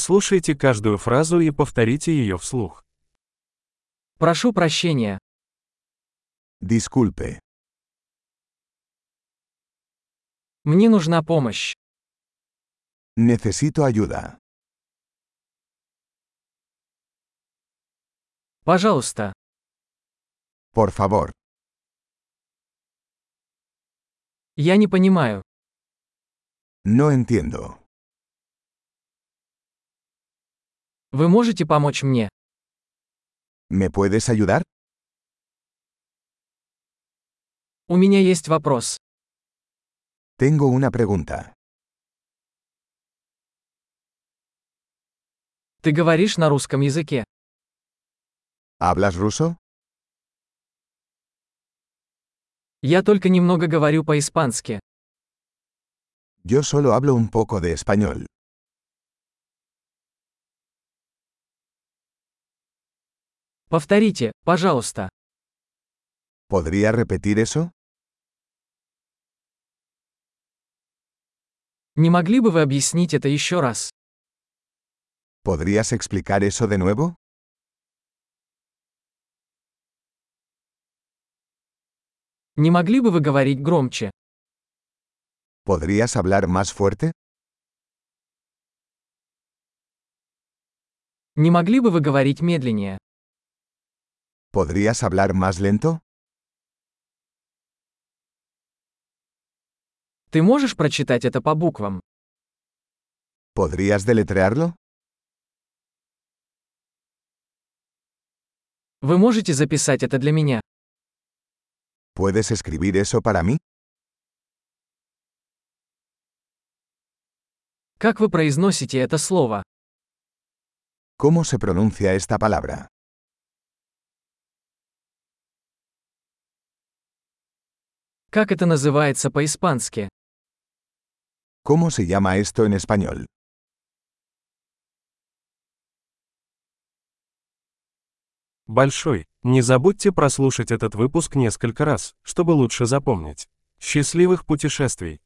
Прослушайте каждую фразу и повторите ее вслух. Прошу прощения. Disculpe, Мне нужна помощь. necesito ayuda. Пожалуйста. Por favor, Я не понимаю. no entiendo. Вы можете помочь мне? ¿Me puedes ayudar? У меня есть вопрос. Tengo una pregunta. Ты говоришь на русском языке. ¿Hablas ruso? Я только немного говорю по-испански. Yo solo hablo un poco de español. Повторите, пожалуйста. ¿Podría repetir eso? Не могли бы вы объяснить это еще раз? ¿Podrías explicar eso de nuevo? Не могли бы вы говорить громче? ¿Podrías hablar más fuerte? Не могли бы вы говорить медленнее? ¿Podrías hablar más lento? Ты можешь прочитать это по буквам? ¿Podrías deletrearlo? Вы можете записать это для меня? ¿Puedes escribir eso para mí? Как вы произносите это слово? ¿Cómo se pronuncia esta palabra? Как это называется по-испански? ¿Cómo se llama esto en español? Большой. Не забудьте прослушать этот выпуск несколько раз, чтобы лучше запомнить. Счастливых путешествий!